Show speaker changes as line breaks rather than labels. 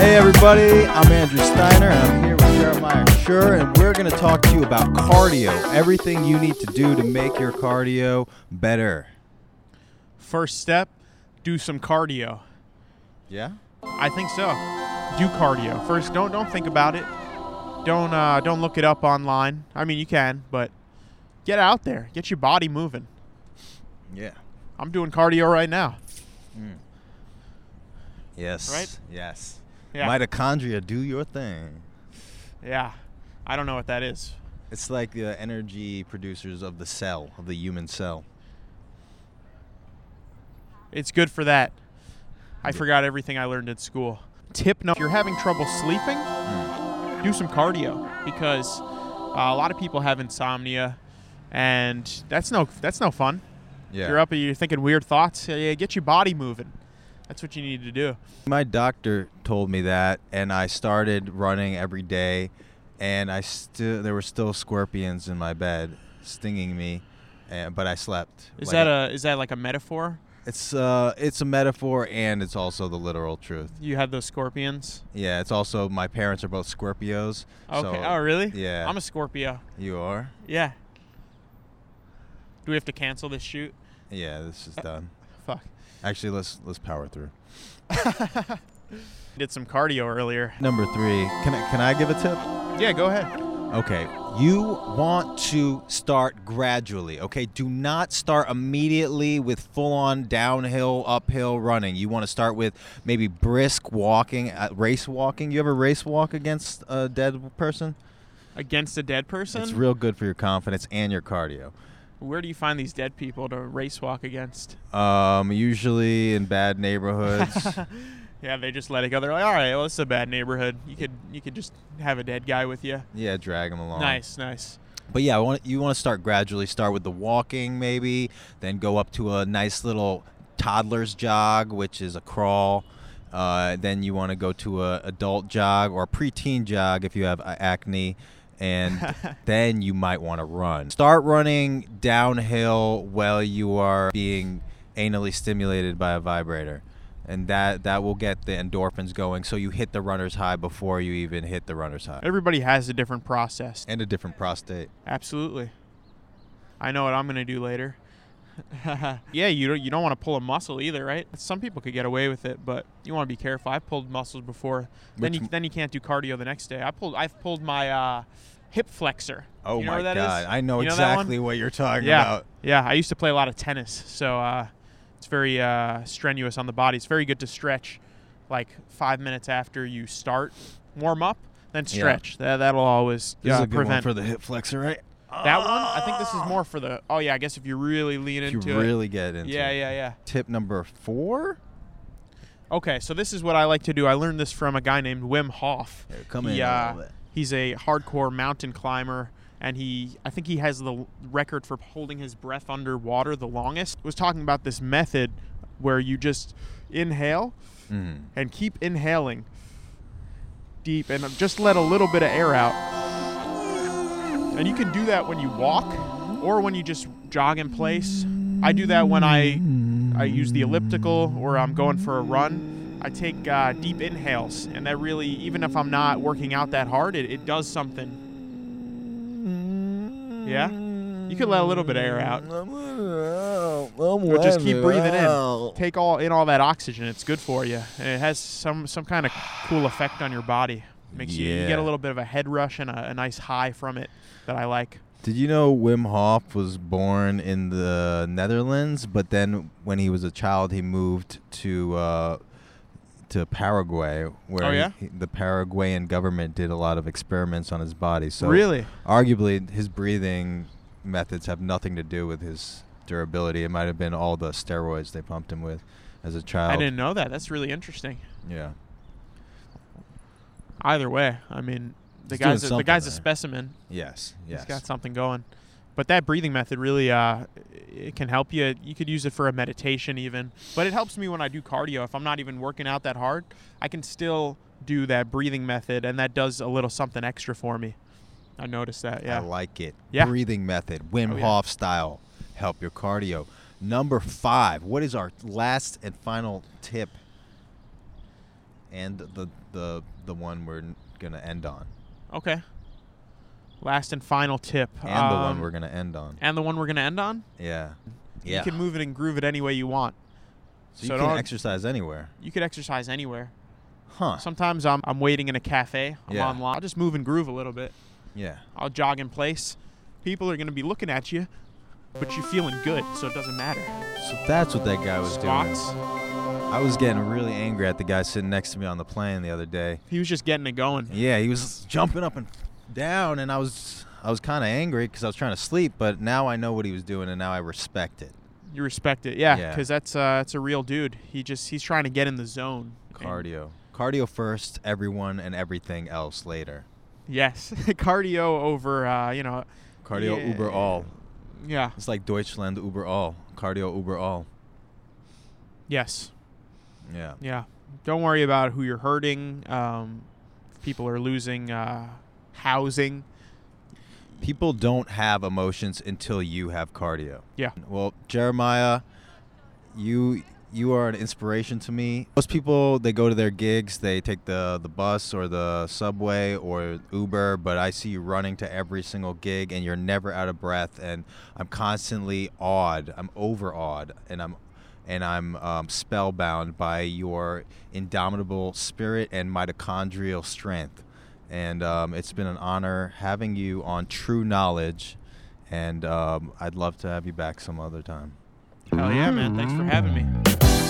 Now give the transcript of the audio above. everybody. I'm Andrew Steiner. and I'm here with Jeremiah Sure, and we're going to talk to you about cardio. Everything you need to do to make your cardio better.
First step, do some cardio.
Yeah.
I think so. Do cardio first. Don't don't think about it. Don't uh, don't look it up online. I mean, you can, but get out there. Get your body moving.
Yeah.
I'm doing cardio right now.
Yes.
Right?
Yes.
Yeah.
Mitochondria, do your thing.
Yeah. I don't know what that is.
It's like the energy producers of the cell, of the human cell.
It's good for that. I forgot everything I learned in school. Tip number: If you're having trouble sleeping, do some cardio because uh, a lot of people have insomnia, and that's no that's no fun.
Yeah.
You're up and you're thinking weird thoughts. Yeah, yeah, get your body moving. That's what you need to do.
My doctor told me that, and I started running every day, and I still there were still scorpions in my bed stinging me, and, but I slept.
Is
Like,
that a is that like a metaphor?
It's uh, it's a metaphor, and it's also the literal truth.
You had those scorpions.
Yeah, it's also my parents are both Scorpios.
Okay.
so-
oh, really?
Yeah.
I'm a Scorpio.
you are.
Yeah. Do we have to cancel this shoot?
Yeah, this
Uh,
is done.
Fuck.
Actually, let's let's power through.
Did some cardio earlier.
Number three. Can I can I give a tip?
Yeah, go ahead.
Okay, you want to start gradually, okay? Do not start immediately with full on downhill, uphill running. You want to start with maybe brisk walking, uh, race walking. You ever race walk against a dead person?
Against a dead person?
It's real good for your confidence and your cardio.
Where do you find these dead people to race walk against?
Um, usually in bad neighborhoods.
Yeah, they just let it go. They're like, all right, well, it's a bad neighborhood. You could you could just have a dead guy with you.
yeah, drag them along.
Nice, nice.
But yeah, I want, you want to start gradually. Start with the walking, maybe, then go up to a nice little toddler's jog, which is a crawl. Uh, then you want to go to a adult jog or a preteen jog if you have a- acne, and then you might want to run. Start running downhill while you are being anally stimulated by a vibrator, and that that will get the endorphins going. So you hit the runner's high before you even hit the runner's high,
Everybody has a different process.
and a different prostate.
Absolutely. I know what I'm gonna do later. yeah, you don't you don't want to pull a muscle either, right? Some people could get away with it, but you want to be careful. I've pulled muscles before. Then
Which
you
m-
then you can't do cardio the next day. I pulled I've pulled my uh, hip flexor.
Oh
You know
my
where that is?
god! I know,
You that one?
exactly what you're talking
yeah,
about.
yeah. I used to play a lot of tennis, so uh, it's very uh, strenuous on the body. It's very good to stretch, like five minutes after you start, warm up, then stretch. That that'll always
This
uh,
is a good
prevent
one for the hip flexor, right?
that one, I think this is more for the. Oh yeah, I guess if you really lean
If you
into it.
really get into
Yeah,
it.
yeah, yeah.
Tip number four.
Okay, so this is what I like to do. I learned this from a guy named Wim Hof.
Here, come
He,
in a
uh,
little bit.
He's a hardcore mountain climber, and he, I think he has the l- record for holding his breath underwater the longest. Was talking about this method where you just inhale
Mm.
and keep inhaling deep, and just let a little bit of air out. And you can do that when you walk or when you just jog in place. I do that when I I use the elliptical or I'm going for a run. I take uh, deep inhales, and that really, even if I'm not working out that hard, it, it does something. Yeah, you could let a little bit of air out. Or just keep breathing in. Take all in all that oxygen. It's good for you, and it has some some kind of cool effect on your body. Makes you, you get a
Yeah.
little bit of a head rush and a, a nice high from it that I like.
Did you know Wim Hof was born in the Netherlands, but then when he was a child, he moved to uh, to Paraguay, where
Oh, yeah?
he- the Paraguayan government did a lot of experiments on his body. So
really,
arguably his breathing methods have nothing to do with his durability. It might have been all the steroids they pumped him with as a child.
I didn't know that. That's really interesting.
Yeah.
Either way, I mean, the
He's doing
guy's a, the
something
guy's a
there.
specimen.
Yes. Yes.
He's got something going. But that breathing method really uh, it can help you. You could use it for a meditation even. But it helps me when I do cardio. If I'm not even working out that hard, I can still do that breathing method, and that does a little something extra for me. I noticed that. Yeah.
I like it.
Yeah.
Breathing method, Wim
Oh, yeah.
Hof style, help your cardio. Number five. What is our last and final tip? and the the the one we're gonna end on,
Okay. Last and final tip.
and the
um,
one we're gonna end on.
and the one we're gonna end on.
Yeah, yeah.
You can move it and groove it any way you want.
so you
so
can
don't-
exercise anywhere,
You could exercise anywhere.
huh?
Sometimes I'm I'm waiting in a cafe. I'm
Yeah.
online. I'll just move and groove a little bit.
Yeah,
I'll jog in place. People are gonna be looking at you, but you're feeling good, so it doesn't matter.
so that's what that guy was
Squats.
doing. I was getting really angry at the guy sitting next to me on the plane the other day.
He was just getting it going.
Yeah, he was jumping up and down, and I was I was kind of angry because I was trying to sleep, but now I know what he was doing, and now I respect it.
You respect it, yeah,
Yeah.
because that's uh, that's a real dude. He just he's trying to get in the zone. And-
Cardio, cardio first, everyone, and everything else later.
yes, cardio over uh, you know,
Cardio
Yeah.
uber all.
yeah,
It's like Deutschland uber all. Cardio uber all.
yes,
Yeah.
yeah. Don't worry about who you're hurting. Um, if people are losing uh, housing.
People don't have emotions until you have cardio.
Yeah.
Well, Jeremiah, you you are an inspiration to me. Most people they go to their gigs, they take the the bus or the subway or Uber, but I see you running to every single gig and you're never out of breath and I'm constantly awed. I'm overawed and I'm and I'm um, spellbound by your indomitable spirit and mitochondrial strength. And um, it's been an honor having you on True Knowledge. And um, I'd love to have you back some other time.
Hell yeah, man! Thanks for having me.